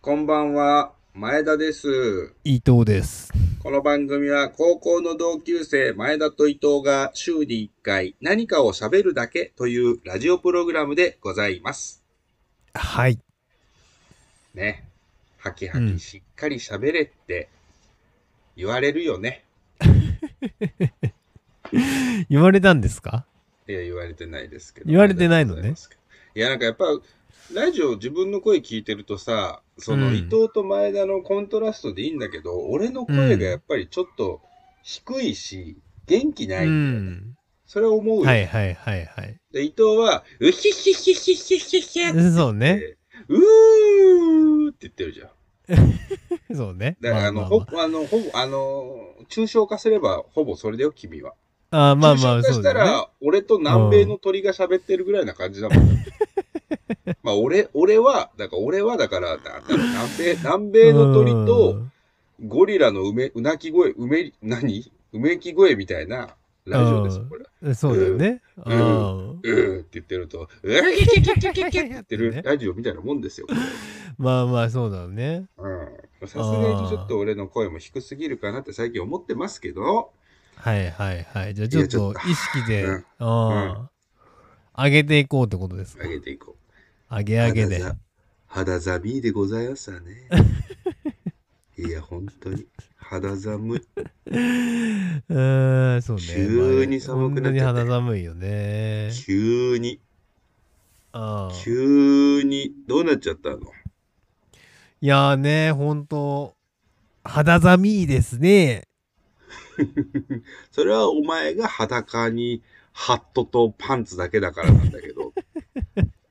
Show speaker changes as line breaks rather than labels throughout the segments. こんばんは、前田です。
伊藤です。
この番組は高校の同級生前田と伊藤が週に1回何かを喋るだけというラジオプログラムでございます。
はい。
ね。はきはきしっかり喋れって言われるよね。
言われたんですか
いや、言われてないですけど。
言われてない
ありがと
のね
うござますけど。いや、なんかやっぱ、ラジオ自分の声聞いてるとさ、その
うん
伊藤と前田のコントラストでいいんだけど、俺の声がやっぱりちょっと低いし、元気ない。
うん。
それを思うよ、
はいはいはいはい。
で、伊藤は、うひひひひひひひって
そうね。
うーって言ってるじゃん。
そうね。
だから、あ
ま
の、
あ
ほぼ、あの、ほぼ、あの、抽象化すれば、ほぼそれだよ、君は。
まあまあまあま
抽
あ、
象化
そ
し
う
た
だね。
ら、俺と南米の鳥が喋ってるぐらいな感じだもん。まあ、俺、俺は、だから、俺は、だから、なんだろう南米、南米の鳥
う
と、
ん、
ゴリラのうめ、うなき声、うめ、何うめき声みたいな、ラジオです、
うん
これ。
そうだよね。
う
うんん。
うーって言ってると、うーって言ってるラジオみたいなもんですよ。
まあまあ、そうだね。
うん。さすがにちょっと俺の声も低すぎるかなって最近思ってますけど、
はいはいはい。じゃあ
い
ちょ
や
っ
ちょっ
と
と
意識で、
う
うんん。上げていこうってことですか
上。げていこ
上
う。
げ上げで。
肌ざ肌寒いでございますわね。いや、本当に。肌寒い。
うーん、そうね。
急に寒くなっちゃ
ま
っ
あ
て
こんなに肌寒いよね。
急に、
うん。
急に、どうなっちゃったの
いやーね、ほんと、肌寒いですね。
それはお前が裸にハットとパンツだけだからなんだけ ど、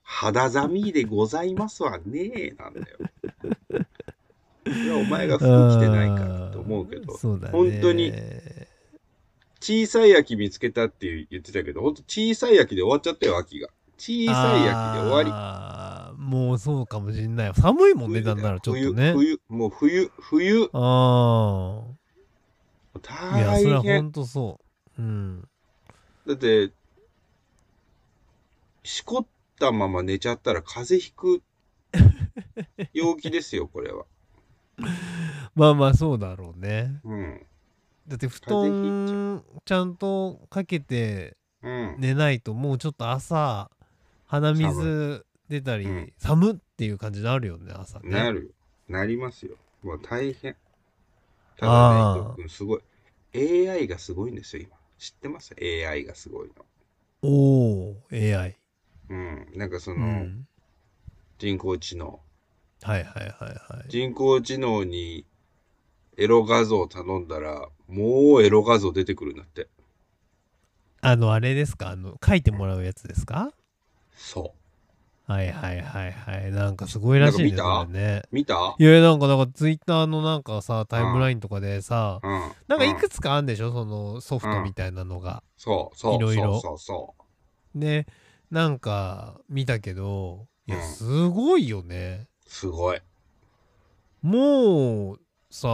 肌寒いでございますわねなんだよ。それはお前が服着てないからと思うけ
あ
ど
ー、そうだね
本当に小さい秋見つけたって言ってたけど、ほんと小さい秋で終わっちゃったよ、秋が。小さい秋で終わ
わり。もうそうかもしんない。寒いも
り。
んね、なんならちょっ
冬
とね。
冬、もう冬、冬。
ああ。いや、
大
それはほ
変。
んとそう。うん。
だって、しこったまま寝ちゃったら風邪ひく陽気ですよ、これは。
まあまあ、そうだろうね。
うん。
だって、布
風邪ひいち
団、ちゃんとかけて
うん。
寝ないと、もうちょっと朝、鼻水出たり、
うん
寒っていう感じになるよね、朝ね。
なるよ。なりますよ。まあ大変。ただ
あ
ね、
ー
伊藤君すごい。AI がすごいんですよ、今。知ってます ?AI がすごいの。
おー、AI。
うん。なんかそうの、
ん。
人工知能。
はいはいはいはい。
人工知能にエロ画像頼んだら、もうエロ画像出てくるんだって。
あの、あれですかあの、書いてもらうやつですか
そう。
はいはいはいはい。なんかすごいらしいね、
なんか
それね。
見た
いや、なんか、なんかツイッターのなんかさ、タイムラインとかでさ、
うん。
なんかいうくつかあんでしょそのソフトみたいなのが。
そうそう
いろいろ
そうそうそ
で、なんか見たけど、いや、
うん
すごいよね。
う。すごい。
もう、さ、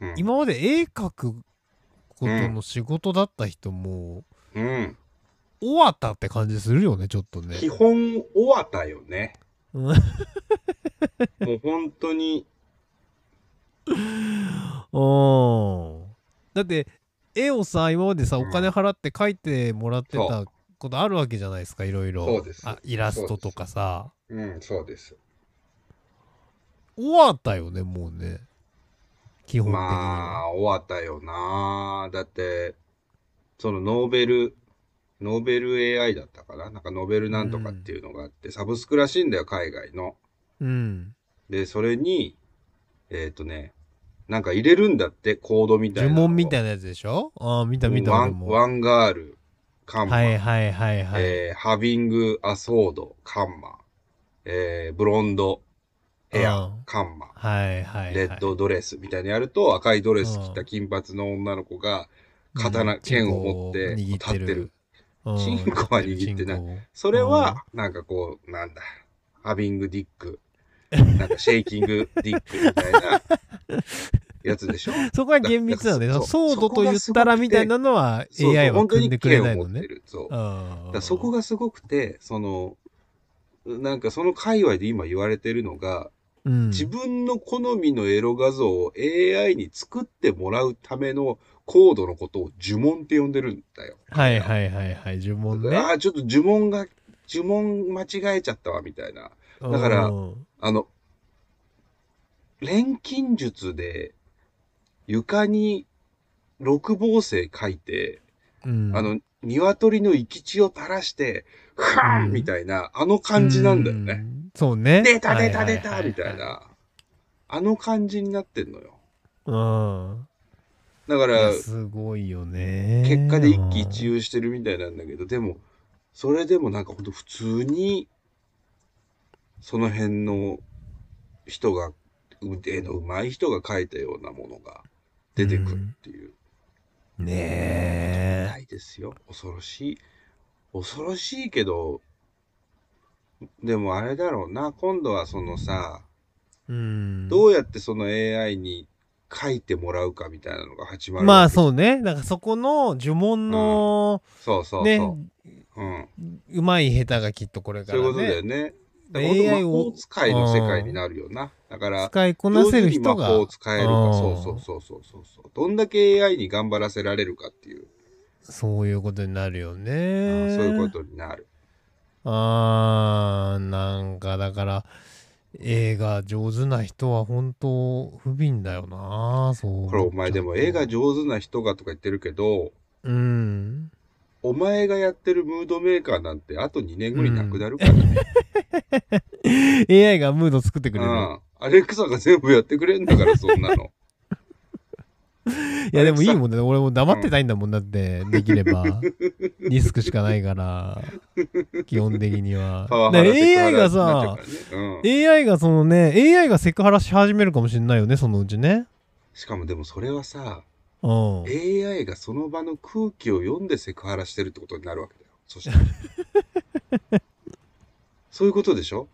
うん、
今まで絵描くことの仕事だった人も、
うん、
終わったって感じするよね、ちょっとね。
基本終わったよね。
うん
もう本当 に、
うんだって絵をさ今までさ
う
お
ん
金払って描いてもらって
そ
たことあるわけじゃないですかいろいろ
そうです
あイラストとかさ
うん、そうです。
終わったよねもうね基本的に
ま
は、
あ、終わったよな。だって、そのノーベル、ノーベル AI だったかな。なんかノーベルなんとかっていうのがあって、サブスクらしいんだよ、海外の。
うん
で、それに、えっ、とね、なんか入れるんだって、コードみたい
呪
なのを。
文みたいなやつでしょああ見た見た
ワ
俺
ン
も
ワ
は
ンガール、カンマ、
いはいはいはい、
えーハビング・ア・ソード、カンマ、えーブロンド、ヘ
う
ア
ん、
カンマ、
はいはいはい
レッドドレスみたいにやると、赤いドレス着た金髪の女の子が、刀
うん
剣を持って
チンコを握
立ってる
うん
チンコは握ってない
チンコを
それは、なんかこう、なんだ、ハビング・ディック、なんかシェイキング・ディックみたい なやつでしょ。
そこは厳密なのね
だからそ
ソードと言ったらみたいなのは
そうそう
AI は
本当
組
に
んでくれない
剣を
の
持って
ね
る。そう。だ
あ
か
あ
らそこ
が、
がすごくて、その、なんかその界隈で今言われてるのが、
うん。
自分の好みのエロ画像を AI に作ってもらうためのコードのことを呪文って呼んでるんだよ。
はいはいはいはい。呪文ね。
ああ、ちょっと呪文が、呪文間違えちゃったわ、みたいな。だから
うん
あの、錬金術で床に六芒星書いて、
うん、
あの、鶏の生き血を垂らして、ふわー
うん
んみたいな、あの感じなんだよね。
う。そうね。
出た出た出
は
た
は
みたい。な。あの感じになってんのよ。
うん。
だか
いや
ら、
すごいよね。
結果で一喜一憂してるみたいなんだけど、でも、それでもなんかほんと普通に、その辺の人が、腕の上手い人が書いたようなものが出てくるっていう。
憂。
な
ね
いですよ。恐ろしい。恐ろしいけど、でもあれだろうな、今度はそのさ、
え。うん。
どうやってその AI に書いてもらうかみたいなのが始まる
まあ
う。
そうね。なんかそこの呪文の、
そうそうそう。
ね、
うん。
うまい下手がきっとこれか
そういう
らね。
ことだよね。だから
AI
魔法
を
使いの世界になるよな。だから、
使いこなせる人
上手に魔法
が
を、使える
う
か、
ん
そうそうそうそうそうそう。どんだけ AI に頑張らせられるかっていう、
そういうことになるよ
うん
ね。
そういうことになる。
あーなんかだから映画上手な人は本当不憫だよなそう
これお前でも映画
上
上手な人がとか言ってるけど、
うん
お前がやってるムードメーカーなんてあと2年後になくなるから、
AI がムード作ってく
う
れる、
ん、アレクサが全部やってくれんだからそん なの
いやでもいいもんね俺も黙ってたいんだもんだってできればリスクしかないから基本的には
パワハラ
だから
セクハ
AI
ラにな
が
っちゃうから
さ
ねうん、
AI がそのね AI がセクハラし始めるかもしれないよねそのうちね
しかもでもそれはさ
うん
AI がその場の空気を読んでセクハラしてるってことになるわけだよそしたら そういうことでしょ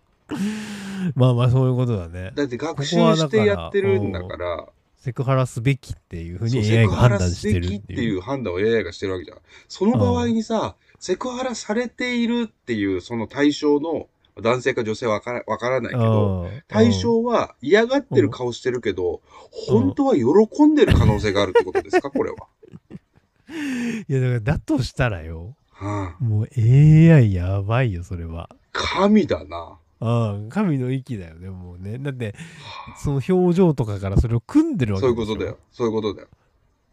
まあまあそういうことだね
だって学習
ここはだ
し
から
てやってるんだから
セクハラすべきっていうふう
そう
に
セ
AI
ク
が
ハ
判
ラ
断して
すべ
る
き
っ
ってて
い。
いうう判断を AI がしてるわけじゃん。その場合にさ、セクハラされているっていうその対象の男性か女性はわからわからないけど、
うん
対象は嫌がってる顔してるけど、本当は喜んでる可能性があるってことですか、これは。
いやだからだとしたらよ
はあ、
もう AI やばいよそれは。
神だな。
うん、神の域だよねもうねだってその表情とかからそれを組んでるわけ
そう
で
い
し
うこ
ょ
とだよ。そういうことだよ。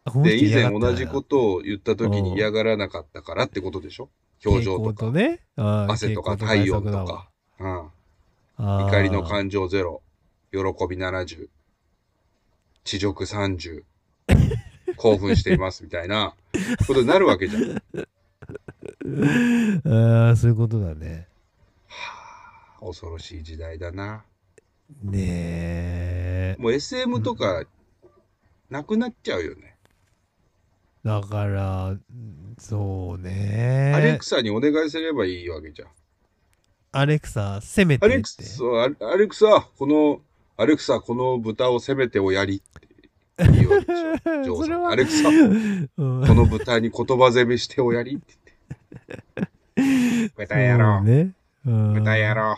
あこの人
で、以
嫌が
前
ってたな
同じことを言った時に嫌がらなかったからってことでしょ表情
傾
と
向と
か、
ねあー
汗とか
傾向
体温
対
と
策だわ
か。うん
あー
怒りの感情ゼロ、喜び70、地獄30、興奮していますみたいなことになるわけじゃん。は
あーそういうことだね
あ恐ろしい時代だな。
ねえ
もう SM とかなくなっちゃうよね。
だからそうね
アレクサにお願いすればいいわけじゃん。
アレクサせめて
ア
って
レクサ、アアレクサ、この、アレクサ、この豚を攻めておやりって言うわけでしょジョー
それ
さん。
は
アレクサ、こ
うん
の豚に言葉攻めしておやりって言って。豚野郎
そう。ね。うん
豚野郎。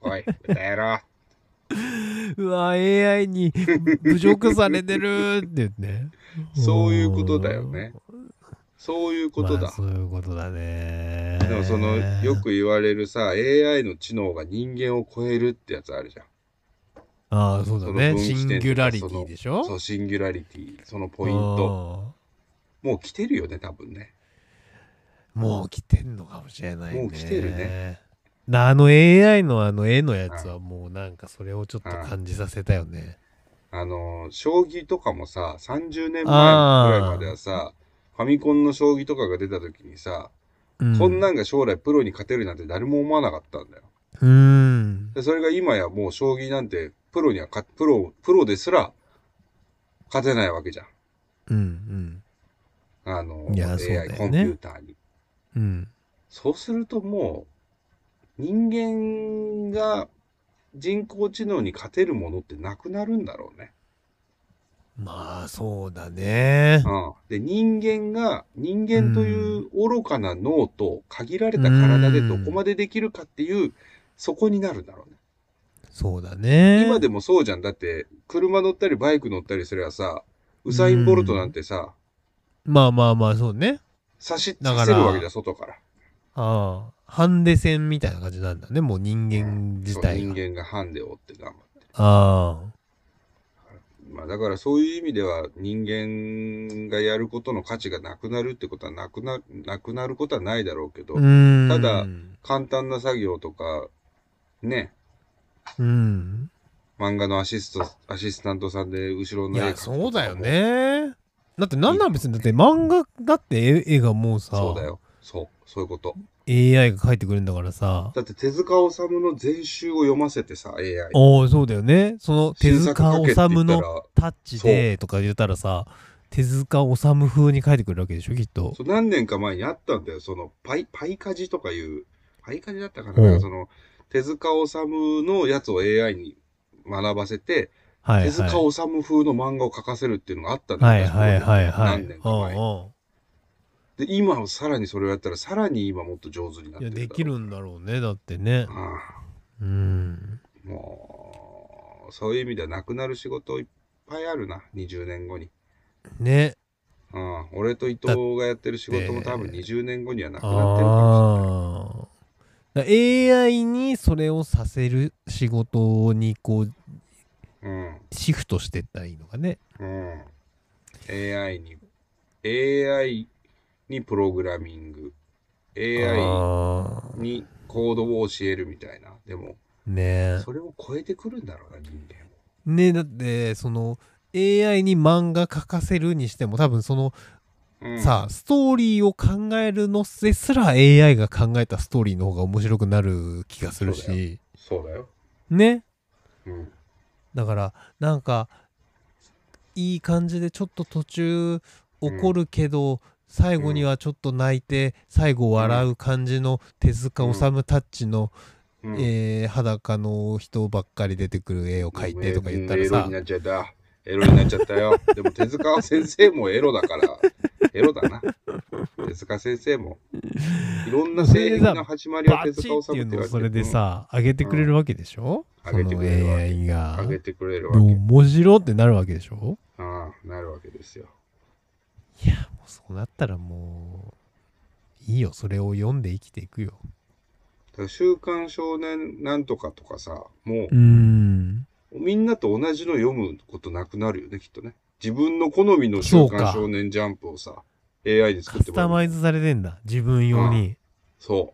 おい、豚野 郎。。
うわ、AI に侮辱されてるって言ってね
そういうことだよね。そういう
うん。
こと
ま
だ
あ。そういうことだね。
でもその、よ。く言われるさ、AI の知能が人間を超えるってやつあるじゃん。
ああ、そうだ
その
ね。
分岐点と
シ
か
ンギュラリティでしょ、
そうう、シンギュラリティ、そのポイント。もう来てるよね、多分ね。
うん。もう来てんのかもしれないね。
もう来てる
ね。あの AI のあの絵のやつはもうなんかそれをちょっと感じさせたよね。
あの、将棋とかもさ、30年前ぐらいまではさ、ファミコンの将棋とかが出た時にさ、
うん、
こんなんが将来プロに勝てるなんて誰も思わなかったんだよ。
うん。
でそれが今やもう将棋なんてプロにはかプロプロですら勝てないわけじゃん。
うん。
あの、
いや
AI、
そうだよね
コンピューターに。
うん。うん。
そうするともう人間が人工知能に勝てるものってなくなるんだろうね。
まあ、そうだね。
うん、で人間が人間という愚かな脳と限られた体でどこまでできるかっていうそこになるんだろうね。
そうだね。
今でもそうじゃん。だって、車乗ったりバイク乗ったりすればさ、ウサイン・ボルトなんてさ、
まあまあまあ、そうね。
差し、
だから
させるわけだ、外から。
ああ。ハンデ戦みたいな感じなんだね。もう人間自体
そう
が。
人間がハンデを追って頑張って。
あ
まあだからそういう意味では人間がやることの価値がなくなるってことはなくな、なくなることはないだろうけど、
あ。うーん。
ただ簡単な作業とか、ね、
うん。
漫画のアシスト、アシスタントさんで後ろ
い
の絵描
や、
く
そうだよ。ね。だってなんなら別に、だって漫画だって絵絵がもうさ、
そうだよ。そう、そういうこと。
AI が描いてくれるんだからさ。
だって手塚治虫の全集を読ませてさ、AI。
おおそうだよね。その手
新作
塚
書け
治
って言ったら
虫のタッチでとか言ったらさ、手塚治虫風に描いてくれるわけでしょ、きっと。
そう何年か前にあったんだよ。そのパイ、パイカジとかいう、パイカジだったか
うん
な、その手塚治虫のやつを AI に学ばせて、
はい
手塚
はい。
治虫風の漫画を描かせるっていうのがあったんだ
は
よ
いはいはいはい。
何年か前に。で、今さらにそれをやったら、さらに今もっと上手になっ
うんうん。い
てるだろう。
や、できるんだろうね、だってね。
あ
うん。
あもう、そういう意味ではなくなる仕事いっぱいあるな、20年後に。
ね。
うん、俺と伊藤がやってる仕事も多分
だって
20年後にはなくなってるかもしれない。
ああ。だ AI にそれをさせる仕事にこう
うん
シフトしてったらいいのかね。
うん。AI に、AI にプログラミング、AI
ああ。
にコードを教えるみたいな。でも、
ねえ。
それを超えてくるんだろうな、人間も。
ねだってその AI に漫画描かせるにしても多分その、
うん、
さストーリーを考えるのですら AI が考えたストーリーの方が面白くなる気がする
そうだ
し
そうだよ。
ね
うん。
だからなんかいい感じでちょっと途中怒るけど、最後にはちょっと泣いて最後笑う感じの手塚治虫タッチの、
うん
えー裸の人ばっかり出てくる絵を描いてとか言った
うん
ら
エロ
さ
になっちゃった。エロになっちゃったよ。 でも手塚先生もエロだから、エロだな。手塚先生も。いろんな性癖の始まりは
バ
手
チ
塚
って
治虫
いう
って言
の
われ
を
て
それで、さ、上げてくれるわけでしょ、
うん
そ
上げて
の
くれるわけ
AI が
あげてくれるわけ。
面白ってなるわけでしょ
ああ、なるわけですよ。
いやもうそうなったらもういいよそれを読んで生きていくよ
だから週刊少年なんとかとかさ、も
うーん
うみんなと同じの読むことなくなるよね、きっとね。自分の好みの週
そうか
刊少年ジャンプをさ、AI に作
カ
って
ス
もら
タマ
う。
イズされてんだ自分用に
そ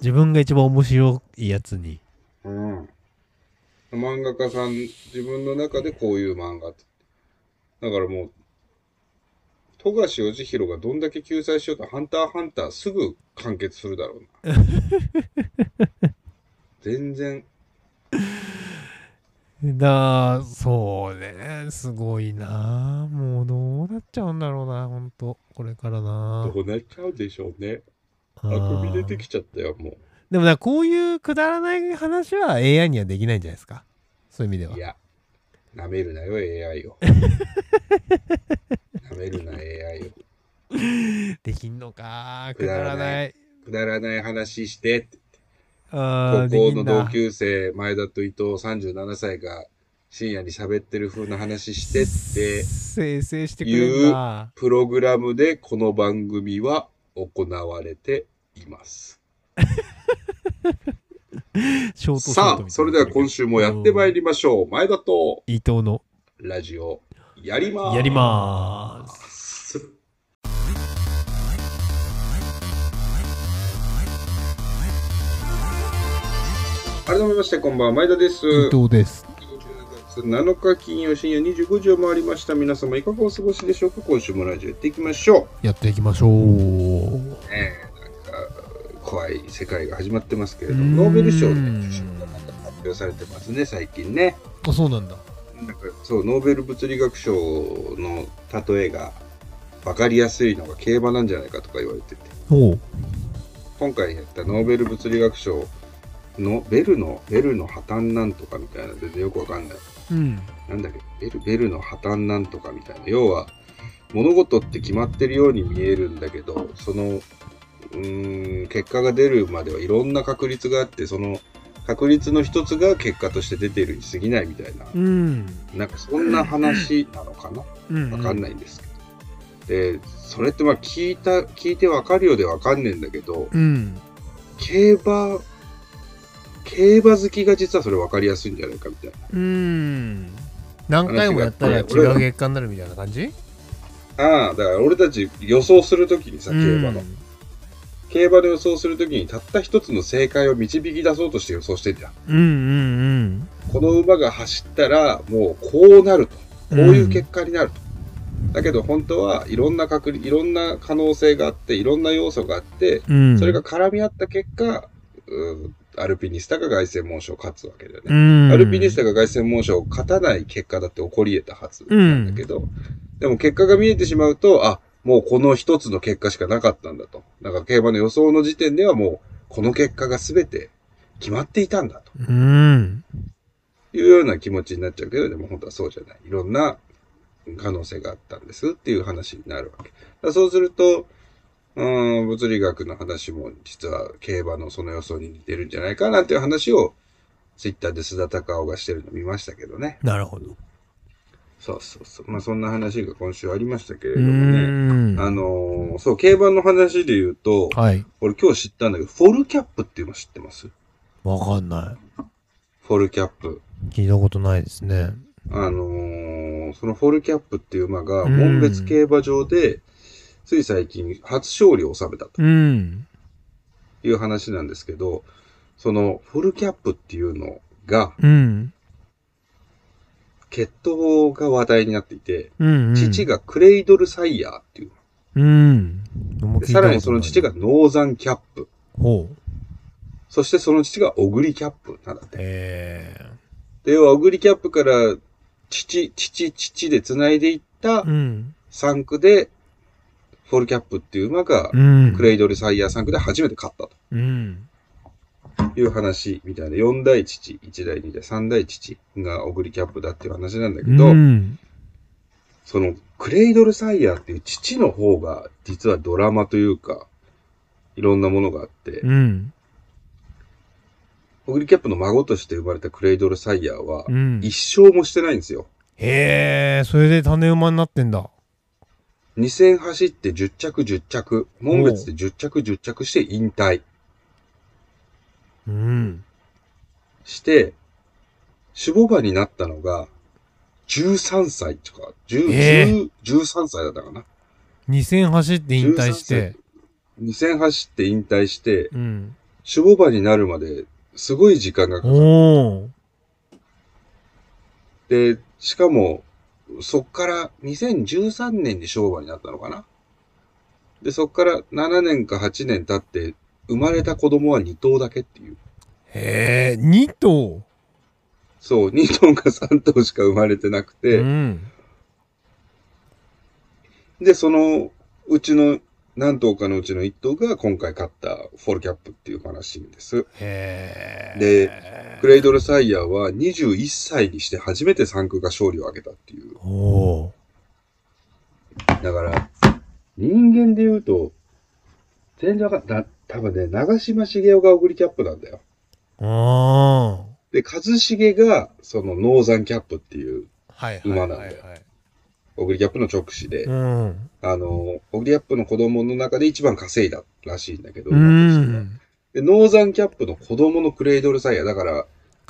自分が一番面白いやつに
う。うん。漫画家さん、自分の中でこういう漫画って。だからもう、富樫義弘がどんだけ救済しようと、ハンターハンターすぐ完結するだろうな。全然、
だそうねすごいなもうどうなっちゃうんだろうなほんとこれからな
どうなっちゃうでしょうね。
あ
あ
ー
くび出てきちゃったよ、もう。
でもなこういうくだらない話は AI にはできないんじゃないですかそういう意味ではい
や、なめるなよ、AI を。なめるな、AI を。
できんのかく
く
だ
だ
ら
ら
な
ないくだらない話してって、高
あーで
校
き
の
ん
同
だ
級生、前田と伊藤37歳が深夜に喋ってる風な話してって、
生成してくれるな
プログラムでこの番組は行われています。
ショートショー
さ
トみたい
あ、
な
それでは今週もやってまいりましょう。前田と
伊藤の
ラジオ、やりまーす。
やりまーす
す。改めまして、こんばんは、前田です。
伊藤です
7日金曜深夜25時を回りました。皆様、いかがお過ごしでしょうか今週もラジオやっていきましょ
やっていきましょう
う。ねえなんか怖い世界が始まってますけれど
うーん
も、ノーベル賞の受賞がなんか発表されてますね、最近ね。
あそうなんだ
なんかそうノーベル物理学賞の例えが分かりやすいのが競馬なんじゃないかとか言われてて
おう
今回やったノーベル物理学賞のベルのベルの破綻なんとかみたいな全然よくわかんない
うん
なんだっけベルベルの破綻なんとかみたいな要は物事って決まってるように見えるんだけどそのうーん結果が出るまではいろんな確率があってその確率の一つが結果として出ているに過ぎないみたいな、
うん
なんかそんな話なのかな
うん
わかんないんですけど。で、それってまあ聞いた、聞いてわかるようでわかんねえんだけど、
うん
競馬、競馬好きが実はそれわかりやすいんじゃないかみたい
うん何回もやったら違う結果になるみたいな感じ
な。ああ、だから俺たち予想するときにさ、競馬の。競馬の予想するときにたった一つの正解を導き出そうとして予想してんじゃん。
うんうん
この馬が走ったらもうこうなると。
うん
こういう結果になると。だけど本当はいろんな確率、いろんな可能性があって、いろんな要素があって、
うん
それが絡み合った結果、うんアルピニスタが凱旋門賞を勝つわけだよ
う
ね。
ん
アルピニスタが凱旋門賞を勝たない結果だって起こり得たはずなんだけど、でも結果が見えてしまうと、あ、もうこの一つの結果しかなかったんだと。だから競馬の予想の時点ではもう、この結果が全て決まっていたんだと
うん
いうような気持ちになっちゃうけど、でも本当はそうじゃない。いろんな可能性があったんですっていう話になるわけ。だからそうすると、うん、物理学の話も実は競馬のその予想に似てるんじゃないかなんていう話をツイッターで須田隆夫がしてるの見ましたけどね。
なるほど
そうそうそう。まあそんな話が今週ありましたけれ
う
どもね。
ん
あのーそう、競馬の話で言うと、
はい
俺今日知ったんだけど、フォルキャップっていうの知ってます
わかんな
フォルキャップ。
い聞いたことないですね
あのーそのフォルキャップっていう馬が、
うん
門別競馬場で、つい最近初勝利を収めたと
うん
いう話なんですけど、そのフォルキャップっていうのが、
うん
血統が話題になっていて、
うんうん
父がクレイドルサイヤーっていう。
うんどうも
で
聞い
さ
た
ら
ことな
に
い
その父がノーザンキャップ。
ほう
そしてその父がオグリキャップなんだって。
え
で、要はオグリキャップから、父、父、父で繋いでいった
ーうん
産区で、フォルキャップっていう馬が、
うん
クレイドルサイヤー産区で初めて勝ったと。
うん
いう話みたいな、4代父、1代、2代、3代父がオグリキャップだっていう話なんだけど、
うん
そのクレイドルサイヤーっていう父の方が、実はドラマというか、いろんなものがあって、
うん
オグリキャップの孫として生まれたクレイドルサイヤーは
う、ん
一生もしてないんですよ。
へえそれで種馬になってんだ
2戦走って10着10着、門別で10着10着して引退
うん
して、守護馬になったのが、13歳とか、10
え
10 13歳だったかな。
2戦走って引退して
2戦走って引退して、
うん
守護馬になるまですごい時間がかかっ
おお
て、しかも、そっから2013年に守護馬になったのかな。で、そっから7年か8年経って、生まれた子供は2頭だけっていう。
へえ2頭
そう、2頭 か3頭しか生まれてなく
う
て、
ん
で、そのうちの何頭かのうちの1頭が今回勝ったフォルキャップっていう話です。
へえ
でクレイドルサイヤーは21歳にして初めて産区が勝利を挙げたっていう。
おお
だから、人間で言うと、全然わかんな、多分ね、長嶋茂雄がオグリキャップなんだよ。
ーああ
で、一茂が、その、ノーザンキャップっていう、
はいはい
馬
は
なん
い
だよ
はい
オグリキャップの直視で、
うん
あの、オグリキャップの子供の中で一番稼いだらしいんだけど、
う
馬としては
ん
で、ノーザンキャップの子供のクレイドルサイヤー、だから、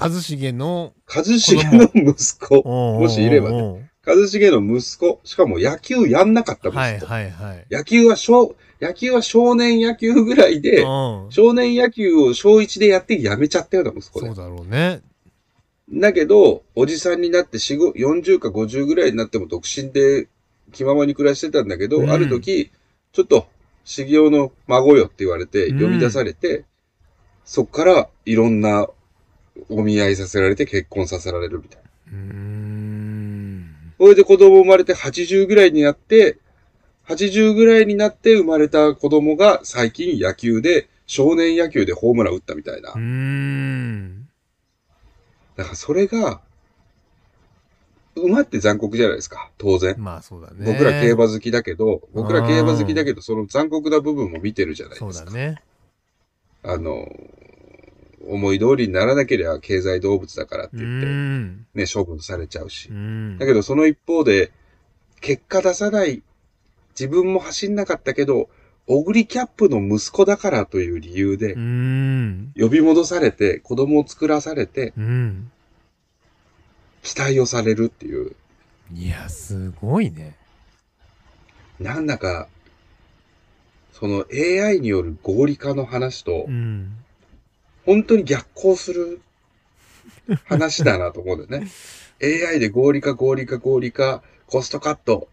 一茂の
一茂の息子、
も
もしいればね一茂の息子、しかも野球やんなかった息子。
はいはいはい
野球は少、野球は少年野球ぐらいで、
うん
少年野球を小1でやってやめちゃったような息子
そ
で
う。だろうね
だけど、おじさんになって4 5 40か50ぐらいになっても独身で気ままに暮らしてたんだけど、
うん
ある時、ちょっと、修行の孫よって言われて、
うん
呼び出されて、そっからいろんなお見合いさせられて結婚させられるみたいな。
うーん
それで子供生まれて80ぐらいになって、80ぐらいになって生まれた子供が最近野球で、少年野球でホームラン打ったみたいな
うー。ん
だからそれが、馬って残酷じゃないですか、当然。
まあそうだね
僕ら競馬好きだけど、僕ら競馬好きだけど、その残酷な部分も見てるじゃない
そ
で
う
す
だ
か。
ね
あの、思い通りにならなければ経済動物だからって
う
言って、
ん
ね、処分されちゃうし
う。ん
だけどその一方で、結果出さない、自分も走んなかったけど、オグリキャップの息子だからという理由で
う、ん
呼び戻されて、子供を作らされて、
うん
期待をされるっていう、
いやすごいね
なんだか、その AI による合理化の話と
う、ん
本当に逆行する話だなと思うんだよね。AI で合理化、合理化、合理化、コストカット、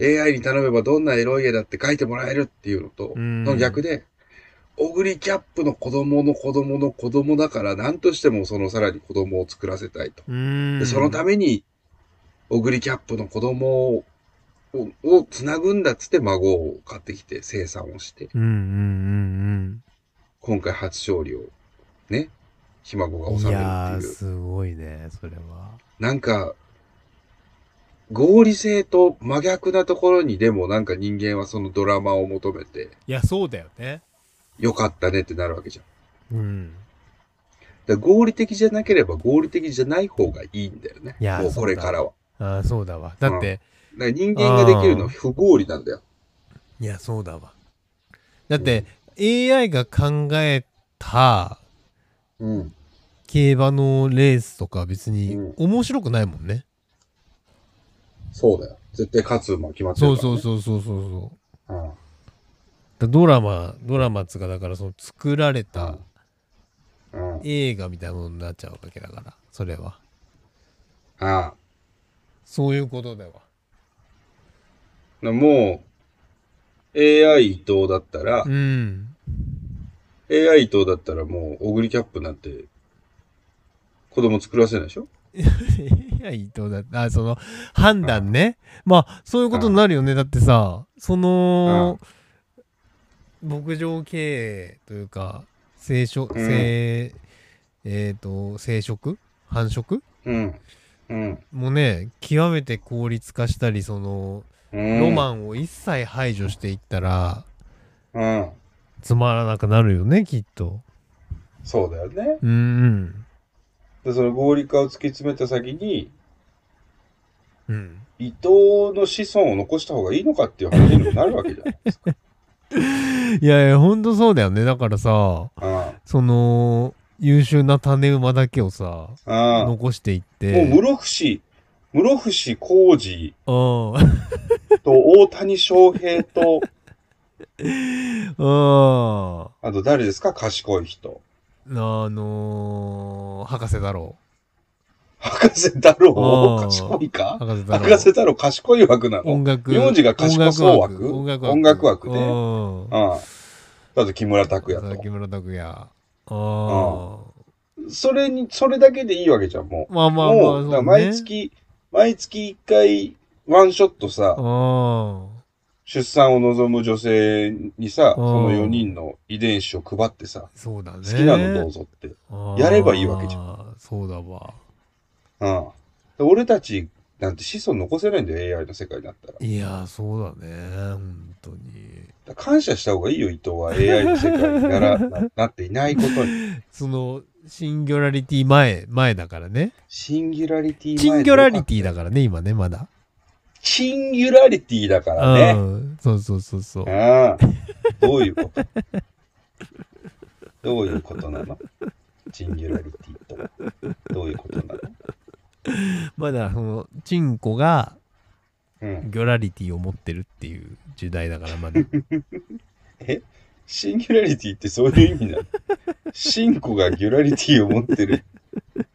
AI に頼めばどんなエロい絵だって書いてもらえるっていうのと、
うん
の逆で、オグリキャップの子供の子供の子供だから、何としてもそのさらに子供を作らせたいと。
うん
でそのために、オグリキャップの子供を、ををつなぐんだっつって孫を買ってきて生産をして、
うんうん
今回初勝利を、ね、ひ孫
うんう
が
んい
収める
や
っていう。
すごいねそれは
なんか、合理性と真逆なところにでもなんか人間はそのドラマを求めて、
いやそうだよね
よかったねってなるわけじゃん。
うん
だから合理的じゃなければ合理的じゃない方がいいんだよね。
いや
もう
そうだ
これからは。
ああそうだわだって
だから人間ができるのは不合理なんだよ。
いやそうだわだって AI が考えた
うん。
競馬のレースとか別に
うん
面白くないもんね。
そうだよ。絶対勝つ馬決まってる
そ
から、
う
ね。
そうそうそうそうそう。
う。うん。
だドラマドラマっつうかだからその作られた
うん。うん
映画みたいなものになっちゃうわけだからそれは
あ
そういうことだわ。
あ。もう、AI 伊藤だったら、
うん。
AI 伊藤だったらもう、オグリキャップなんて、子供作らせないでしょ
いや伊藤だってあその判断ねまあそういうことになるよねだってさその牧場経営というか生殖
うん
生えっと生殖繁殖
うん。うん。
もうね極めて効率化したりその
うん
ロマンを一切排除していったら
うん。
つまらなくなるよねきっと
そうだよね。
うんうん
で、その合理化を突き詰めた先に、
うん
伊藤の子孫を残した方がいいのかっていう話にもなるわけ じゃないですか。
いやいやほんとそうだよねだからさ
うん
その優秀な種馬だけをさ
うん
残していって
もう室伏、室伏浩二
うん
と大谷翔平 と、
うん
あと誰ですか賢い人。
あのー、博士だろ
博士太郎
あー
賢いか
う博士だろう
博士太郎賢い枠なの
音楽
名字が賢そう枠
音楽
音楽枠
ね
ねうん。あと木村拓哉
木
と。
村拓哉ああ
それに、それだけでいいわけじゃん、もう。
まあまあまあ
もう、だから毎月、毎月1回、ワンショットさ、
う
出産を望む女性にさ、
うん
その4人の遺伝子を配ってさ、
んそうだね
好きなのどうぞって。やればいいわけじゃ
んそうだわ
うん。で俺たちなんて子孫残せないんだよ、AI の世界になったら。
いやそうだね本当に
だから感謝した方がいいよ、伊藤は AI の世界にな らななっていないことに。
そのシンギュラリティ前前だからね
シンギュラリティ前
シンギュラリティだからね今ねまだ
シンギュラリティだから
う
ね。
んそうそうそうそう
ああ。どういうことどういうことなのシンギュラリティとは。どういうことなの
まだそのチンコが
うん。
ギュラリティを持ってるっていう時代だからま だ
シンギュラリティってそういう意味なのシンコがギュラリティを持ってる。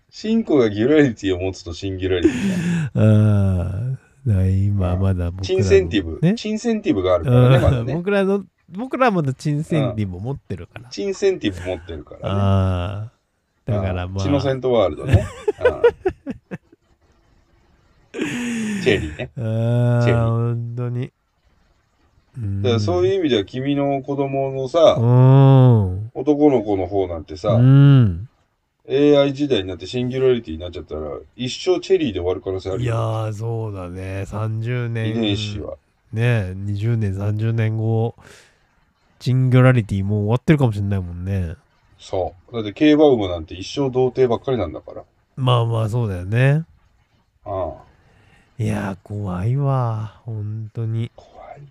シンコがギュラリティを持つとシンギュラリティだ。
ああだから今まだ僕らの
チンセンティブ、
ね
チンセンティブがあるからね、まだ
うん
ね。
僕らの僕らはまだチンセンティブ持ってるから
チンセンティブ持ってるからね。
ああだ からまあ
チノセントワールドね。うんチェリーね。
あ
チェリー
あ本当に
だからそういうう意味では君の子供のさ、
ん
男の子の方なんてさ、
うん、
AI 時代になってシンギュラリティになっちゃったら、一生チェリーで終わる可能性あ
うん、
る
いや
よ。
ーそうだね30年
遺伝子は。
ね20年30年後チンギュラリティもう終わってるかもしれないもんね
そう。だって競馬馬なんて一生童貞ばっかりなんだから。
まあまあそうだよね
ああ
いやー怖いわ本当に
怖いよ。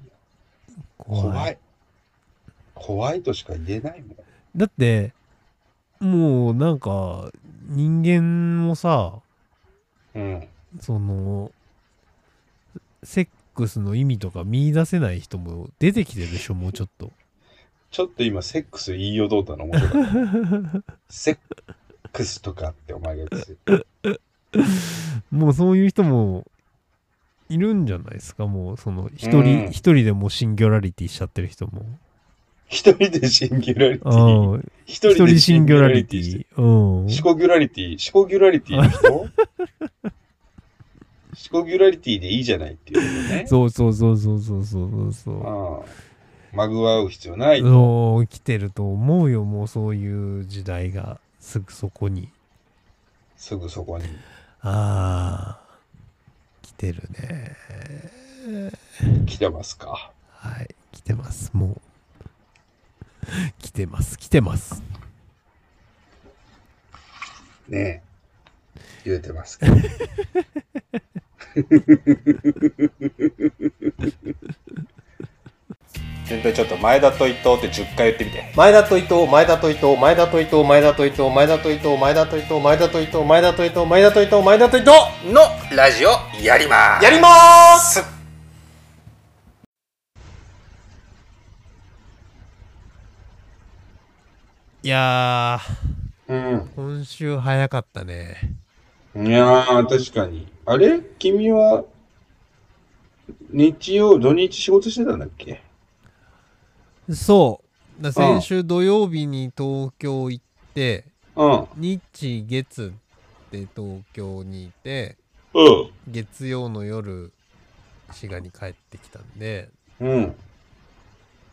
怖い
怖い。怖いとしか言えないもん。
だってもうなんか人間もさ
うん。
そのセックスの意味とか見出せない人も出てきてるでしょもうちょっと
ちょっと今、セックス言いよどうたの面 白かった。セックスとかってお前が言ってて
もうそういう人もいるんじゃないですかもうその一
うん
人一人でもうシンギュラリティしちゃってる人も
一人でシンギュラリティ。
うん
一
一人シンギュラリテ
して
ィうん
シコギュラリティ。シコギュラリティの人シコギュラリティでいいじゃないっていうことね。
そうそうそうそうそうそうそう
うん。まぐわう必要ない。
そう来てると思うよもうそういう時代がすぐそこに
すぐそこに。
ああ、来てるね。
来てますか。
はい、来てます。もう。 来てます、来てます。
ねえ。言うてますか。全体ちょっと前田と伊藤って10回言ってみて。
前田と伊藤、前田と伊藤、前田と伊藤、前田と伊藤、前田と伊藤、前田と伊藤、前田と伊藤、前田と伊藤、前田と伊藤、前田と伊藤
のラジオやります
やりまーす
いや
う
ー、
ん。
今週早かったね。
いやー、確かに。あれ君は、日曜、土日仕事してたんだっけ
そう。だ先週土曜日に東京行って、
うん。
日月で東京にいて、
うん。
月曜の夜、滋賀に帰ってきたんで、
うん。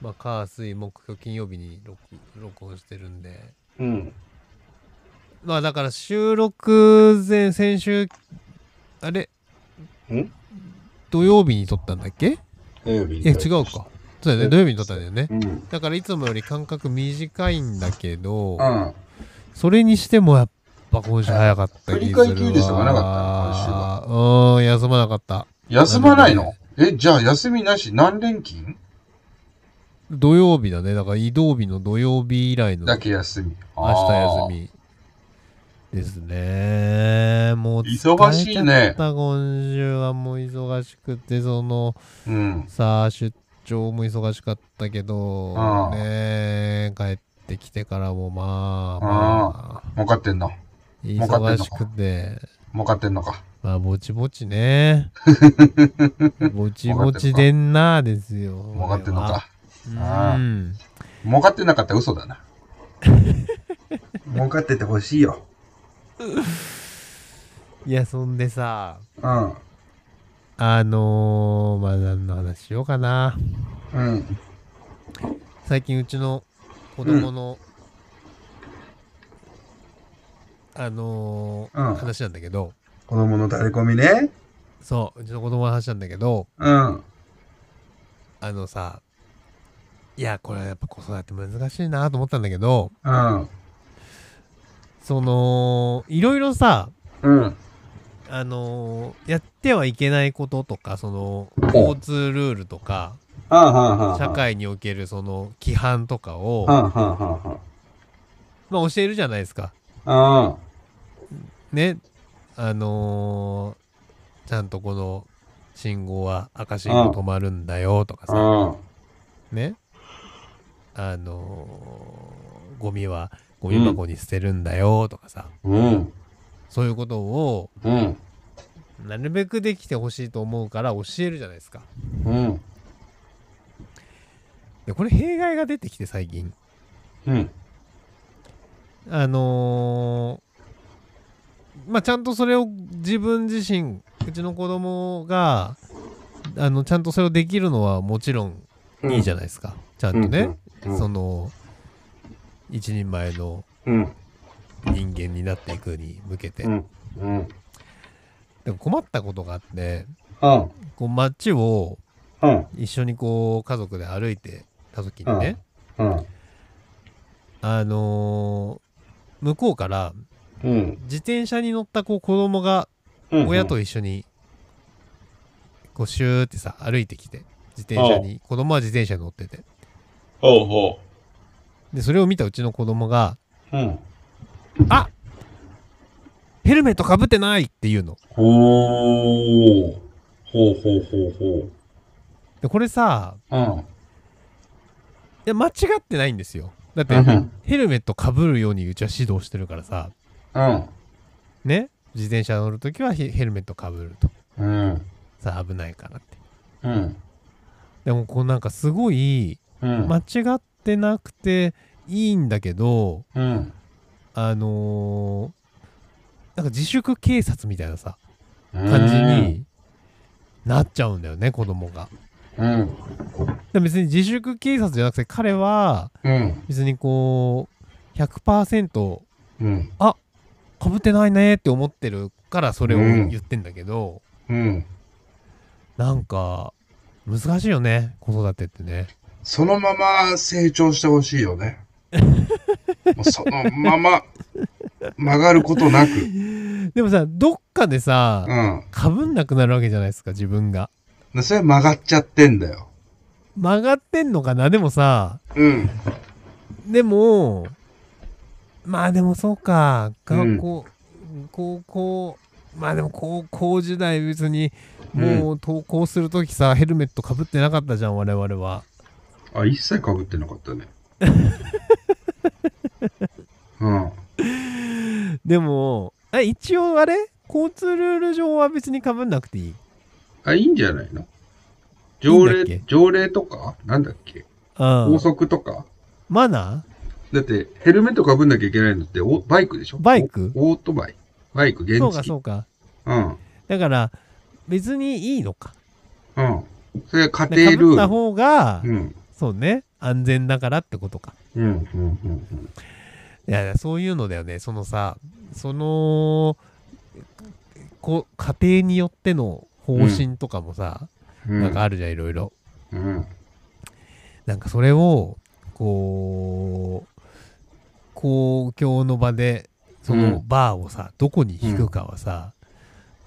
まあ、火、水、木、今日金曜日に録録音してるんで、
うん。
まあだから収録前先週あれ
ん
土曜日に撮ったんだっけ
土曜日に
いや違うか。そうだよね土曜日に撮ったんだよね
うん。うん。
だからいつもより間隔短いんだけど
あ
それにしてもやっぱ今週早かった気するわ
振り返り休日がなか
うーん休まなかった
休まないのえ、じゃあ休みなし何連勤
土曜日だねだから移動日の土曜日以来の
だけ休み。
明日休
み。
みですねもう疲れちゃった
忙しいね
今週はもう忙しくてその
うん。
さあ出張も忙しかったけど
ああ
ねえ帰ってきてからもまあまあ
儲かってんの儲かってん
忙
の
しくて
儲かってんのか。
まあぼちぼち ねぼちぼちでんなあですよ
儲かってんのか。
俺は
ああ
うん
儲かってなかったら嘘だな。 儲かっててほしいよ。
いやそんでさ
うん。
あのー、まあ何の話しようかな
うん。
最近うちの子供の、あのー
うん
話なんだけど
子供の垂れ込みね。
そううちの子供の話なんだけど
うん。
あのさいやこれはやっぱ子育て難しいなと思ったんだけど
うん。
そのいろいろさ
うん。
あのーやってはいけないこととかその交通ルールとか
はんはんはんはん
社会におけるその規範とかを、
はんはんはんはん
まあ、教えるじゃないですか。
あ
ねあのーちゃんとこの信号は赤信
うん
号止まるんだよとか
あ、
さ
あ
ねあのーゴミはゴミ箱に捨てるんだよとかさ、
あ、うん、
そういうことを
うん、
なるべくできてほしいと思うから教えるじゃないですか
うん、
でこれ弊害が出てきて最近
うん、
あのーまあちゃんとそれを自分自身うちの子供があのちゃんとそれをできるのはもちろんいいじ
ゃ
ゃないですか、ちゃんとね、
うんうん
その一人前の
うん、
人間になっていくに向けて、
うん、うん、
でも困ったことがあって
うん、
こう街を
うん、
一緒にこう家族で歩いてた時にね、
うん、
あのー向こうから
うん。
自転車に乗ったこう子供が
うん
親と一緒にこうシューってさ歩いてきて自転車に子供は自転車に乗ってて
ほうほ
でそれを見たうちの子供が
う。うん。
「ヘルメットかぶってない!」って言うの
ほう。ほうほうほうほう。
でこれさ
うん。
いや間違ってないんですよだって
うん。
ヘルメットかぶるようにうちは指導してるからさ
うん。
ね自転車乗るときはヘヘルメットかぶると
うん。
さあ危ないからって
うん。
でもこうなんかすごい
うん。
間違ってなくていいんだけど
うん。
あのーなんか自粛警察みたいなさ感
感
じ。になっちゃうんだよね子供が。
うん。
で別に自粛警察じゃなくて彼は
うん。
別にこう100%
うん。
かぶってないねって思ってるからそれを言ってんだけど、
うん。
なんか難しいよね子育てってね。
そのまま成長してほしいよね。 もうそのまま曲がることなく。
でもさどっかでさ
うん。
かぶんなくなるわけじゃないですか自分が。
でそれは曲がっちゃってんだよ。
曲がってんのかなでもさ
うん。
でもまあでもそうか
うん
学校、高校まあでも高校時代別にもう登校するときさ、ヘルメットかぶってなかったじゃん我々は
あ、一切かぶってなかったね。 うん。
でもあ一応あれ交通ルール上は別にかぶんなくていい
あ、いいんじゃないの条
い
例
いんだっけ
条例とかなんだっけ
うん
法則とか
マナ
だって、ヘルメットかぶんなきゃいけないのって、おバイクでしょ
バイク
おオートバイ。バイク、
ー
原
そ
付。
うかそうか
うん。
だから別にいいのか
うん。それは
か
家庭ル
ぶった
ール。
方が、
うん。
そうね安全だからってことか
うん。うん。うん。
いやいやそういうのだよねそのさそのこ家庭によっての方針とかもさ、
うん。
なんかあるじゃんいろいろ
うん。
なんかそれをこう公共の場でそうの
ん
バーをさ、どこに引くかはさ、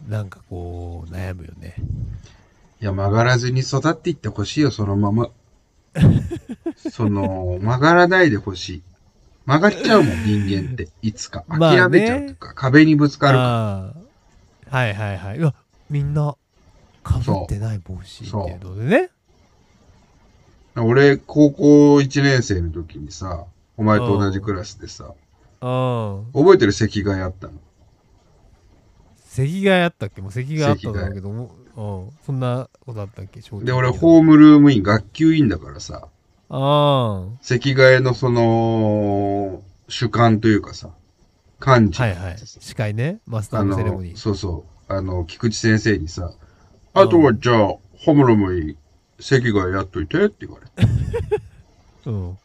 なんかこう悩むよね
いや、曲がらずに育っていってほしいよ、そのま ま。その、曲がらないでほしい。曲がっちゃうもん、人間って。いつか。
まあね
諦めちゃうというか、壁にぶつかるか
あーはいはいはいうわみんなかぶってない帽子っていうのでね
ら。俺、高校1年生の時にさ、お前と同じクラスでさ、
うん
覚えてる席替えあったの。
席替えあったっけもう席替えあったんだろうけどもう、うん、そんなことあったっけ正直
で、俺、ホームルームイン、学級委員だからさ、
あ
席替えのその、主観というかさ、感
あ
じ。
はいはい司会ねマスター
あ
のセレモニ
の、
ー
そうそう。あの、菊池先生にさ、あとはじゃあ、ホムロムに席がやっといてって言われて。
うん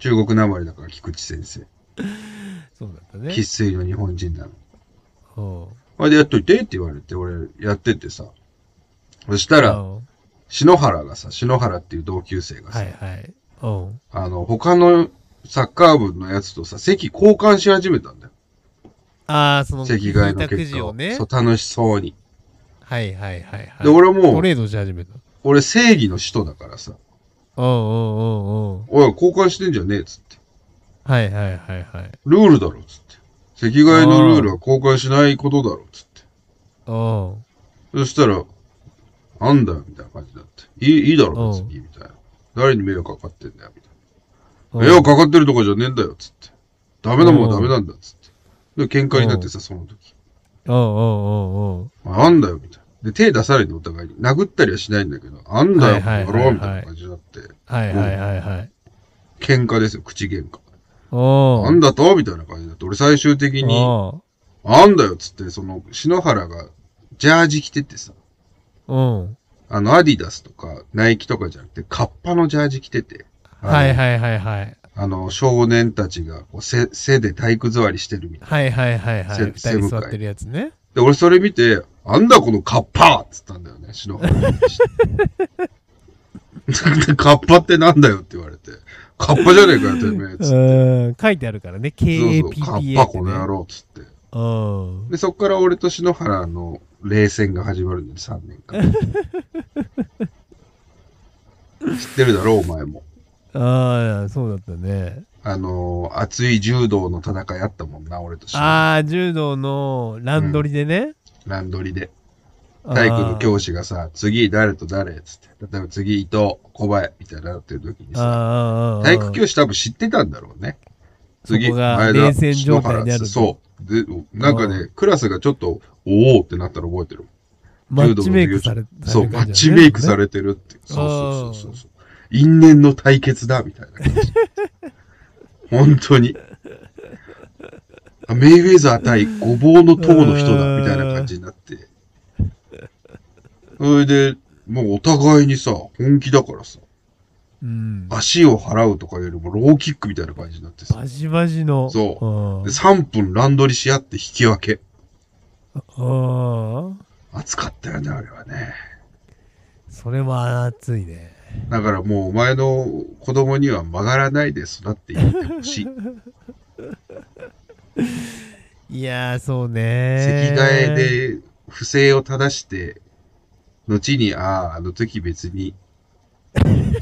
中国なまりだから菊池先生。
そうだったね
生粋の日本人なの。
うん
あれでやっといてって言われて、俺やっててさ。そした
う
ら、
ん
篠原がさ、篠原っていう同級生がさ、
はいはいうん
あの、他のサッカー部のやつとさ、席交換し始めたんだよ。
ああその
席替え
聞
の
いたく
結
じ
果
を
を。
ね
そう、楽しそうに。
はいはいはいはい
で、俺
ト
も、
レードし始めた
俺正義の使徒だからさ、
うんうんうんうん
おい、交換してんじゃねえっつって。
はいはいはいはい
ルールだろ、つって。席替えのルールは公開しないことだろ、つって。
うん
そしたら、なんだよ、みたいな感じになって。いいいいだろ、
う
別
ん
に、みたいな。誰に迷惑かかってんだよ、みたい
うん
な。迷惑かかってるとかじゃねえんだよ、つって。ダメなもんは
う
ダ
ん
メなんだ、つって。で、喧嘩になってさ、その時。
うんうんうんうん
なんだよ、みたいな。で、手出されて、お互いに。殴ったりはしないんだけど、あんだよ、
はいはい
や
はいはい
ろう、みたいな感じになって。
はいはいはいはい
喧嘩ですよ、口喧嘩。
うん
なんだとみたいな感じになって。俺最終的
うん
に、あんだよ、つって、その、篠原が、ジャージ着ててさ。
うん
あの、アディダスとか、ナイキとかじゃなくて、カッパのジャージ着てて、あの
はいはいはいはい
あの、少年たちがこう背、背で体育座りしてるみたい。
はいはいはいはい。
セ
二人座
セブン
ってるやつね。
で、俺それ見て、あんだこのカッパーっつったんだよね、 篠原にでカッパってなんだよって言われて、カッパじゃねえかよ、てめえ。つって。
うん書いてあるからね
そうそう、カッ
KAPPA
パ
って
この野
ね
郎、つって。
うん
で、そこから俺と篠原の冷戦が始まるんだよ、3年 間。知ってるだろ、お前も。
ああそうだったね
あのー熱い柔道の戦いあったもんな、俺と篠原。
ああ柔道の乱取りでね、
ランドリで。体育の教師がさ、次誰と誰っつって。例えば次伊藤、小林みたいになってる時に
あ
さ、
ーあーあーあー
体育教師多分知ってたんだろうね。次、
そこが
前
冷
田、
戦
篠
状態
原っ
にあ
つっ
る
て。そう。で、なんかね、クラスがちょっと、おおってなったら覚えてる。
マッチメイクされ
そう、マッチメイクされてるって。そうそうそうそうそう。因縁の対決だ、みたいな感じ。本当に。あメイウェザー対ごぼうの塔の人だ、みたいな感じになって。それで、もうお互いにさ、本気だからさ、
うん
足を払うとかよりもローキックみたいな感じになってさ
バ。ジバジの
そう
うん
で3分乱取りし合って引き分け。
ああ
熱かったよね、あれはね。
それは熱いね
だからもうお前の子供には曲がらないで育っていってほしい。
いやーそうね
席替えで不正を正して、後に、ああ、あの時別に、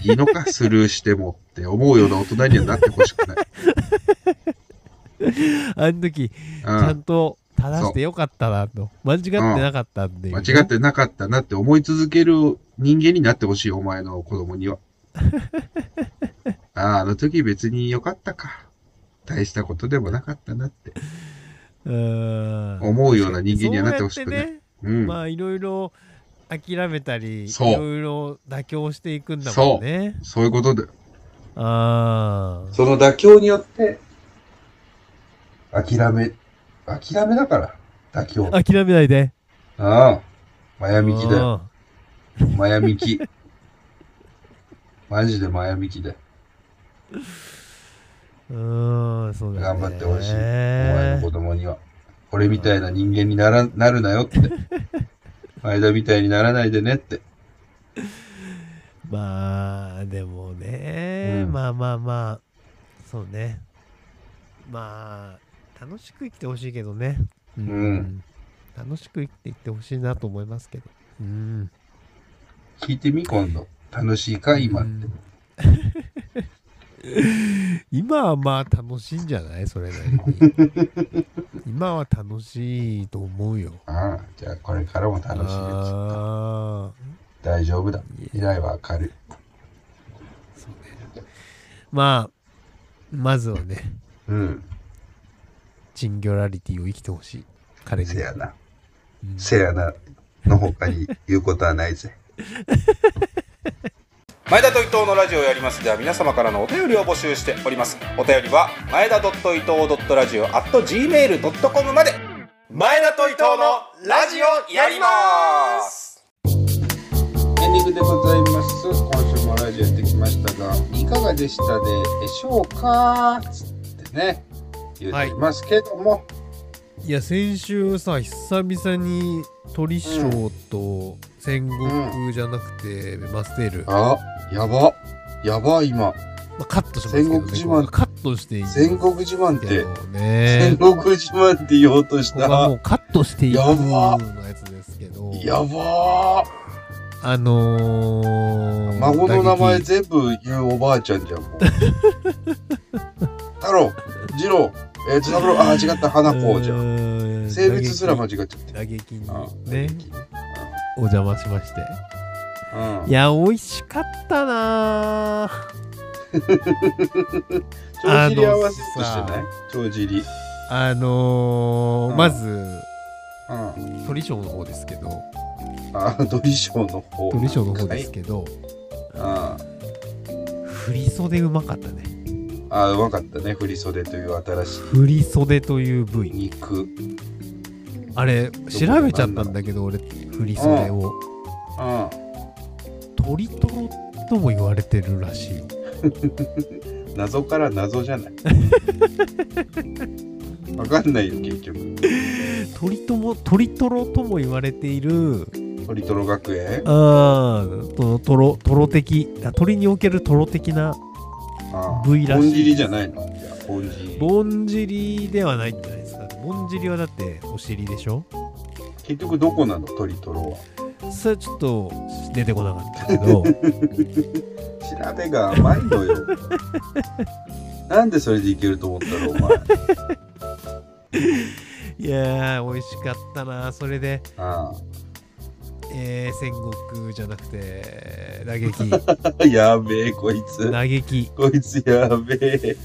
いいのか、スルーしてもって思うような大人にはなってほしく ない。
あの時ち
う
ゃ
ん
んと正してよかったなと間違ってなかったっていうね、
間違ってなかったなって思い続ける人間になってほしい、お前の子供 には。ああ、あの時別に良かったか。大したことでもなかったなって
うん
思うような人間にはなってほしく
そ
な
うやっ
い。
てね
うん。
まあいろいろ諦めたりい
そう
ろいろ妥協していくんだもんね
そういうことだよ。
ああ
その妥協によって、諦め、諦めだから、妥協。あ
諦めないで
あ、マヤミキだよ。マヤミキ。マジでマヤミキだよ。
うんうんそうだ
頑
ね
張ってほしいお前の子供には。俺みたいな人間にならなるなよ って。前田みたいにならないでねって。
まあでもね、
うん
まあまあまあそうねまあ楽しく生きてほしいけどね、うん
うん
楽しく生きていってほしいなと思いますけどうん
聞いてみ、今度。楽しいか、今って。
今はまあ楽しいんじゃないそれなりに 今は楽しいと思うよ
ああ、じゃあこれからも楽しいです。
あー
大丈夫だ。未来は明るい。
まあまずはね
うん。
チンギョラリティを生きてほしい彼に
せやな。
うん
せやな。の他に言うことはない ぜ。
前田と伊藤のラジオやりますでは皆様からのお便りを募集しておりますお便りは前田伊藤ラジオ at gmail.com まで前田と伊藤のラジオやります
エンディングでございます。今週もラジオやってきましたが、いかがでしたでしょうかつってね、言っていますけども、
いや先週さ久々に鳥章と戦国じゃなくてマステール、ま
あ、やば。やば、今。
あ、カットしますけど、ね、
戦国自慢
ここカットしていい
戦国自慢って、
ど
戦
ね
国自慢って言おうとし
ここはも
た。
うカットしていい
やば
やつですけど
やばー。
あのー、
孫の名前
打撃
全部言うおばあちゃんじゃん、 もう。太郎、二郎、えー、三郎、あ、違った、花子じゃ。
うんーん
性別すら間違っちゃって
打撃に
あ
ねお邪魔しまして
うん
いや美味しかったなー
帳尻合わせようとしてない帳尻。
あのー
うん
まず
うん。
鳥章の方ですけど
あ、ドリショーの方。
鳥章の方ですけど、
あ
振り袖うまかったね
あ、うまかったね。振り袖という新し
振り袖という部
い
位
肉。うん。
あれ調べちゃったんだけど俺振り袖を鳥トロとも言われてるらしい
謎から謎じゃ ない。わかんないよ、結局。
鳥とも鳥トロとも言われている
鳥トロ学園
あーとトロトロ的あ鳥におけるトロ的な
ああ
V らし
ぼ
い
んじりじゃないのじゃあぼんじり
ぼんじりではないんじゃないですかぼんじりはだってお尻でしょ
結局どこなのトリトロ
それちょっと出てこなかったけど
は調べが甘いの よなんでそれでいけると思ったろお前
いやー美味しかったなそれで、
あ
えー、戦国じゃなくて 打撃
あやべえこいつ
打撃
こいつやべえ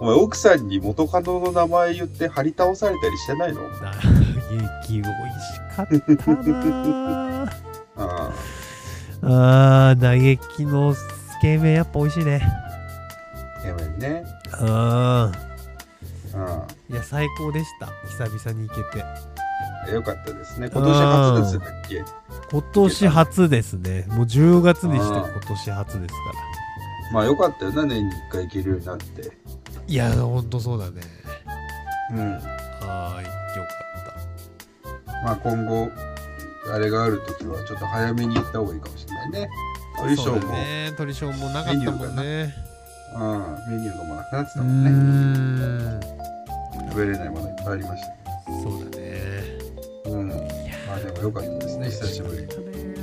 お前奥さんに元カノの名前言って張り倒されたりしてないの
打撃美味しかったな ー
あ
あー打撃のつけ麺やっぱ美味しいね
あやめんね
うん
あ
いや最高でした久々に行けて
あよかったですね今年初ですだっけ
今年初ですねもう10月にして
あー
今年初ですか
まあよかったよな年に1回行けるようになって
らいやほんとそうだね
うん
はーいよかっ
まあ今後あれがある時はちょっと早めに行った方がいいかもしれないね
た
鳥ショ
そう
ー
だ
も
ね鳥賞もなかったもんね
うん、メニューがもうなくなって
う
た
ー
もんね
ん
食べれないものいっぱいありまし
そうだね
たうんまあでも良かったですね久しぶり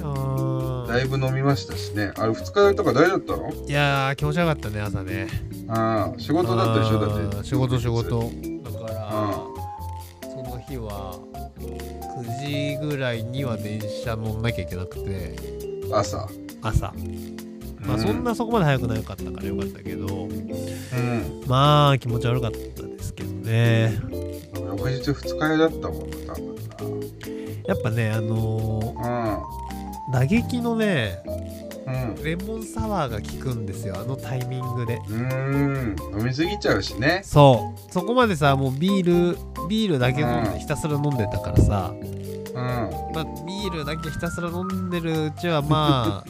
あ
だいぶ飲みましたしねあれ2日とか大丈夫だったの
ーいやー気持ちよかったね朝ね
ああ仕事だったでしょ
あー
だって
仕事仕事だからその日は9時ぐらいには電車乗んなきゃいけなくて
朝
朝まあ
う
そんなそこまで早くなかったからよかったけど、
うん
まあ気持ち悪かったですけどね
翌日二日酔いだったもんな多分
やっぱねあの
な
ー打撃のね
うん
レモンサワーが効くんですよあのタイミングで
うんうーん飲みすぎちゃうしね
そうそこまでさもうビールビールだけ飲んで、
うん
ひたすら飲んでたからさ、
うん
まあ、ビールだけひたすら飲んでるうちはま あ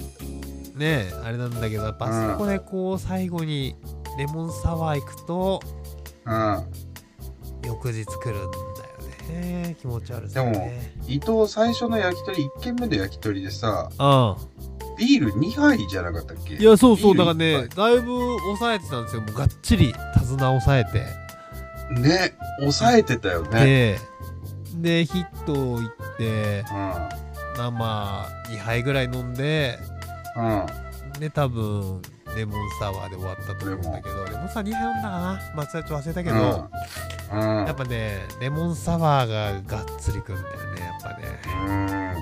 ねえあれなんだけどやっぱあそこでこう最後にレモンサワー行くと
うん
翌日来るんだよね気持ち悪さがね
伊藤最初の焼き鳥1軒目の焼き鳥でさ
うん
ビール2杯じゃなかったっけ
いやそうそう
ビ
だ
ー
か
ル
らね
一
だいぶ抑えてたんですよもうがっちり手綱抑えて、
杯ね抑えてたよね
ででヒットをいって
う
生2杯ぐらい飲んで
んうん
で多分レモンサワーで終わったと思うんだけどレモンサワー2杯飲んだかなまあそれちょっと忘れたけど、
うん
やっぱねレモンサワーががっつりくんだよねやっぱね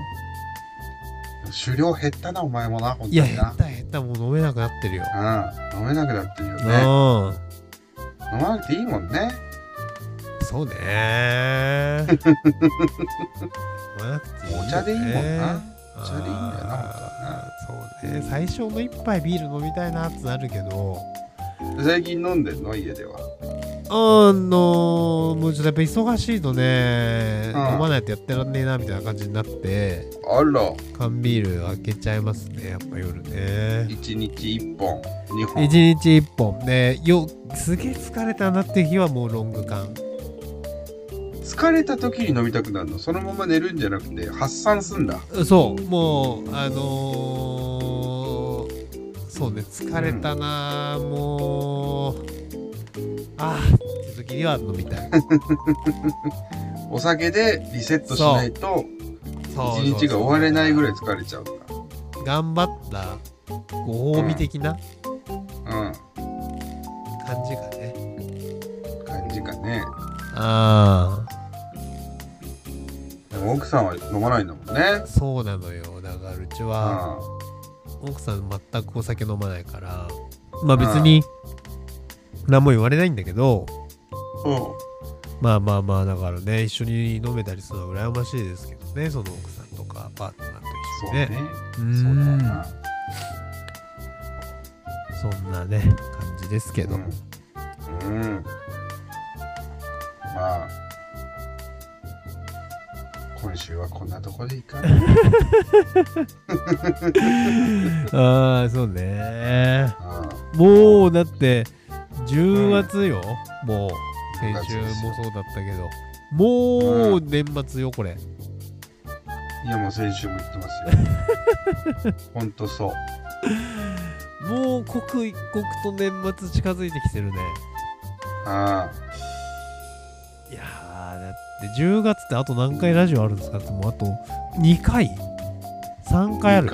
うん狩猟減ったなお前もな本当
いや
に
減っ
な
た減ったもう飲めなくなってるよ、
うん飲めなくなってるよね
う
飲まなくていいもんね
んそうね 飲まなくていいよね
お茶でいいもんな茶で
お
いいんだよな
そうね最初の一杯ビール飲みたいなってなるけど
最近飲んでんの家では
あのもうちょっとやっぱ忙しいとね、
うん
飲まないとやってらんねえなみたいな感じになって
あら
缶ビール開けちゃいますねやっぱ夜ね
1日1本2
一
本
日一本でよすげえ疲れたなって日はもうロング缶
疲れた時に飲みたくなるのそのまま寝るんじゃなくて発散すんだ
そうもうあのーそうね疲れたな、もうああって時には飲みた い
お酒でリセットしないと
そう
1日が終われないぐらい
い
疲れちゃうんだ
頑張ったご褒美的な
う
感じがね、
ん感じかね
ああ
でも奥さんは飲まないんだもんね
そうなのよだからうちは
う
奥さん全くお酒飲まないからまあ別に何も言われないんだけど、
んうん
まあまあまあだからね一緒に飲めたりするのは羨ましいですけどねその奥さんとかパートナーと一
そ
緒
う
にね
ね
う
そうんだな
そんなね感じですけど、
うん、うん、まあ今週はこんなとこでいいかな
ああそうね
うん
もうだって10月よ、もう先週もそうだったけどもう年末よこれ
いやもう先週も言ってますよほんとそう
もう刻一刻と年末近づいてきてるね
あ
いやーだって10月ってあと何回ラジオあるんですかってもうあと2回3回あ
あ。
る
2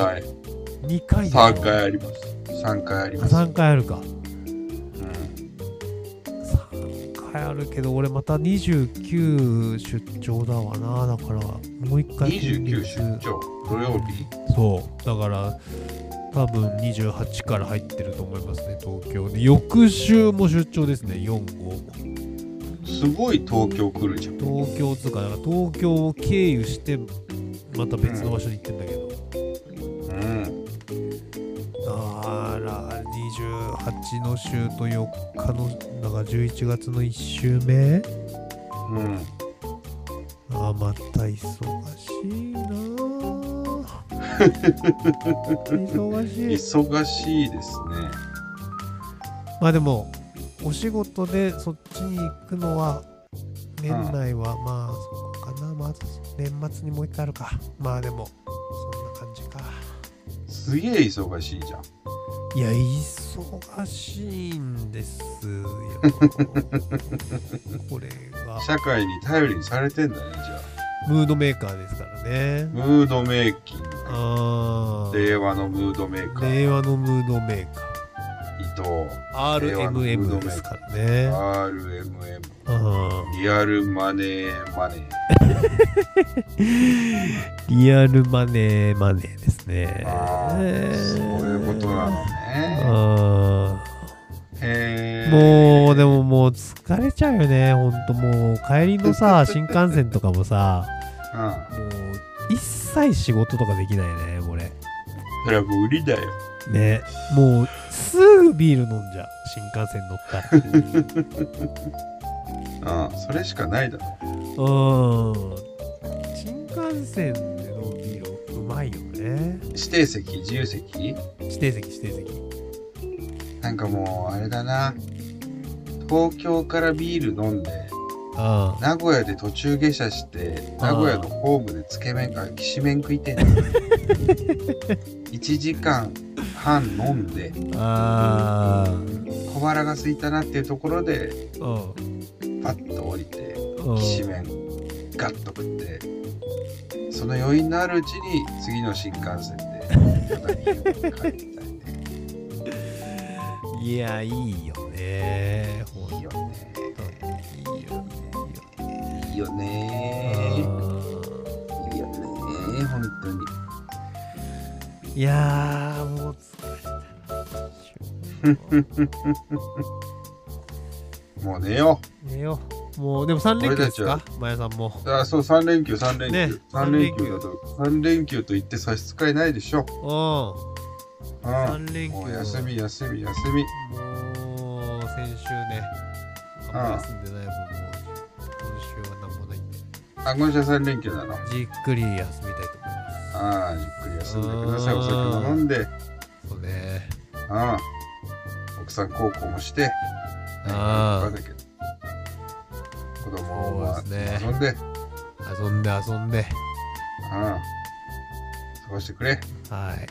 回。
2回だよ
3回あります。3回あり
あ
ます。
3回あるか
うん
3回あるけど俺また29出張だわなだからもう1回
29出張、土曜日。
そうだから多分28から入ってると思いますね東京で翌週も出張ですね45も
すごい東京来るじゃん。
東京つうかだから東京を経由してまた別の場所に行ってんだけど、
うん。
あら28の週と4日のだから11月の1週目
うん。
あーまた忙しいなー忙しい
忙しいですね。
まあでもお仕事でそっちに行くのは年内はまあそこかなまず年末にもう一回あるかまあでもそんな感じか
すげえ忙しいじゃん。
いや忙しいんですよこれが
社会に頼りにされてんだね、じゃあ。
ムードメーカーですからね
ムードメイキング。
あー
令和のムードメーカー、
令和のムードメーカ
伊藤、
ー
令和のムードメーカー
RMM ですからね
RMM、
あ
リアルマネーマネー、
ーリアルマネーマネーですね
あーそういうことなのね。
あ
へ
ー
ー
もうでももう疲れちゃうよねほんともう帰りのさ新幹線とかもさ
うん、
もう一切仕事とかできないねこれ
それはもう売りだよ。
ねもうすぐビール飲んじゃう新幹線乗ったら
うん、それしかないだろ。
うん新幹線で飲むビールうまいよね
指定席、自由席
指定席指定席
なんかもう、あれだな。東京からビール飲んで、
あ
名古屋で途中下車して、名古屋のホームでつけ麺か、きしめん食いてんの。1時間半飲んで、
あ
小腹が空いたなっていうところで
うん
パッと降りて
うん
きしめんガッと食ってその余韻のあるうちに次の新幹 線でまた帰りたいね
いやいいよねほんと
いいよね
いいよい
いい
いよ
よねいいよね本当に
いやーもう 疲れたな
もう寝よ
寝ようもうでも3連休です
俺
かまやさんも
うあそう3連休3連
ね
休、三3連休だと3連休と言って差し支えないでしょ
う
うんん
3連休
もう休み休み休み
もう先週ねあんま休んでない分もう今週は何もないんで
あごめんなさい3連休なの
じっくり休みたいと思います
ああゆっくり休んでくださいお酒も飲んで
そうね
うん。奥さん孝行もして、
あ
だけど子供は
そうですね
遊んで、うん。
あ遊んで遊んで
過ごしてくれ。
はい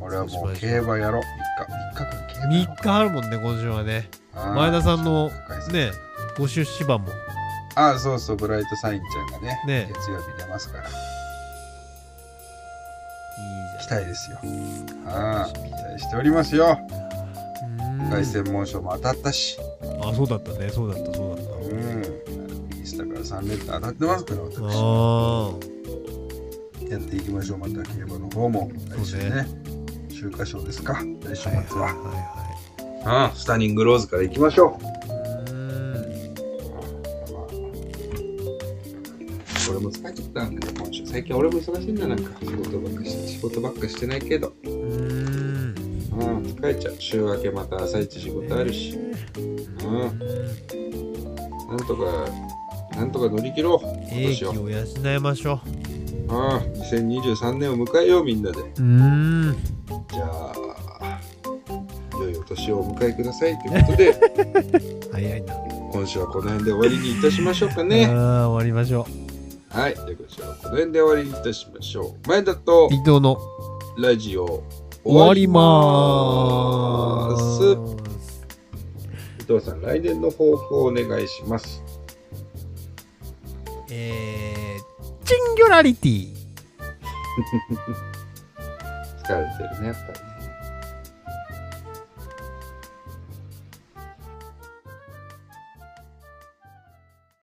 俺はも
そううしましょ
競
う
馬やろう。3日、3日間
3日あるもんね今週はね
競馬。
前田さんの
うん
ねご出資版も
ああ、そうそう、ブライトサインちゃんがね、
ね
月曜日出ますから、期
い
待ですよ。ああ、期待しておりますよ。
い
凱
じゃん
旋門賞も当たったし、
うんあそうだったねそうだったそうだっ
う
た
ん。インスタから3連単当たってますから、
あ
私。
あ
やっていきましょうまた競馬の方も来週ね週刊賞ですか来週末
はいはい
は、
は
うん、スタニングローズからいきましょう
いはいうん
俺も疲れちゃったんだけど今週最近俺も忙しいんだなんか仕事ばっかして仕事ばっかしてないけど、
うん
うん、疲れちゃう週明けまた朝一仕事あるしうんなんとかなんとか乗り切ろう今
英
年
気
を、
を養いましょ
うん、2023年を迎えようみんなで
ううん
じゃあ良いお年をお迎えくださいということ で
早いな
今週はこの辺で終わりにいたしましょうか
あ
ね
ー終わりましょ
はい、ではこちらはこの辺で終わりにいたしましょう。前田と
う。伊藤の
ラジオ
終わりま
終わり
ーす。
伊藤さん、来年の抱負をお願いします。
えー、チンギュラリティ。
疲れてるね、やっぱりね。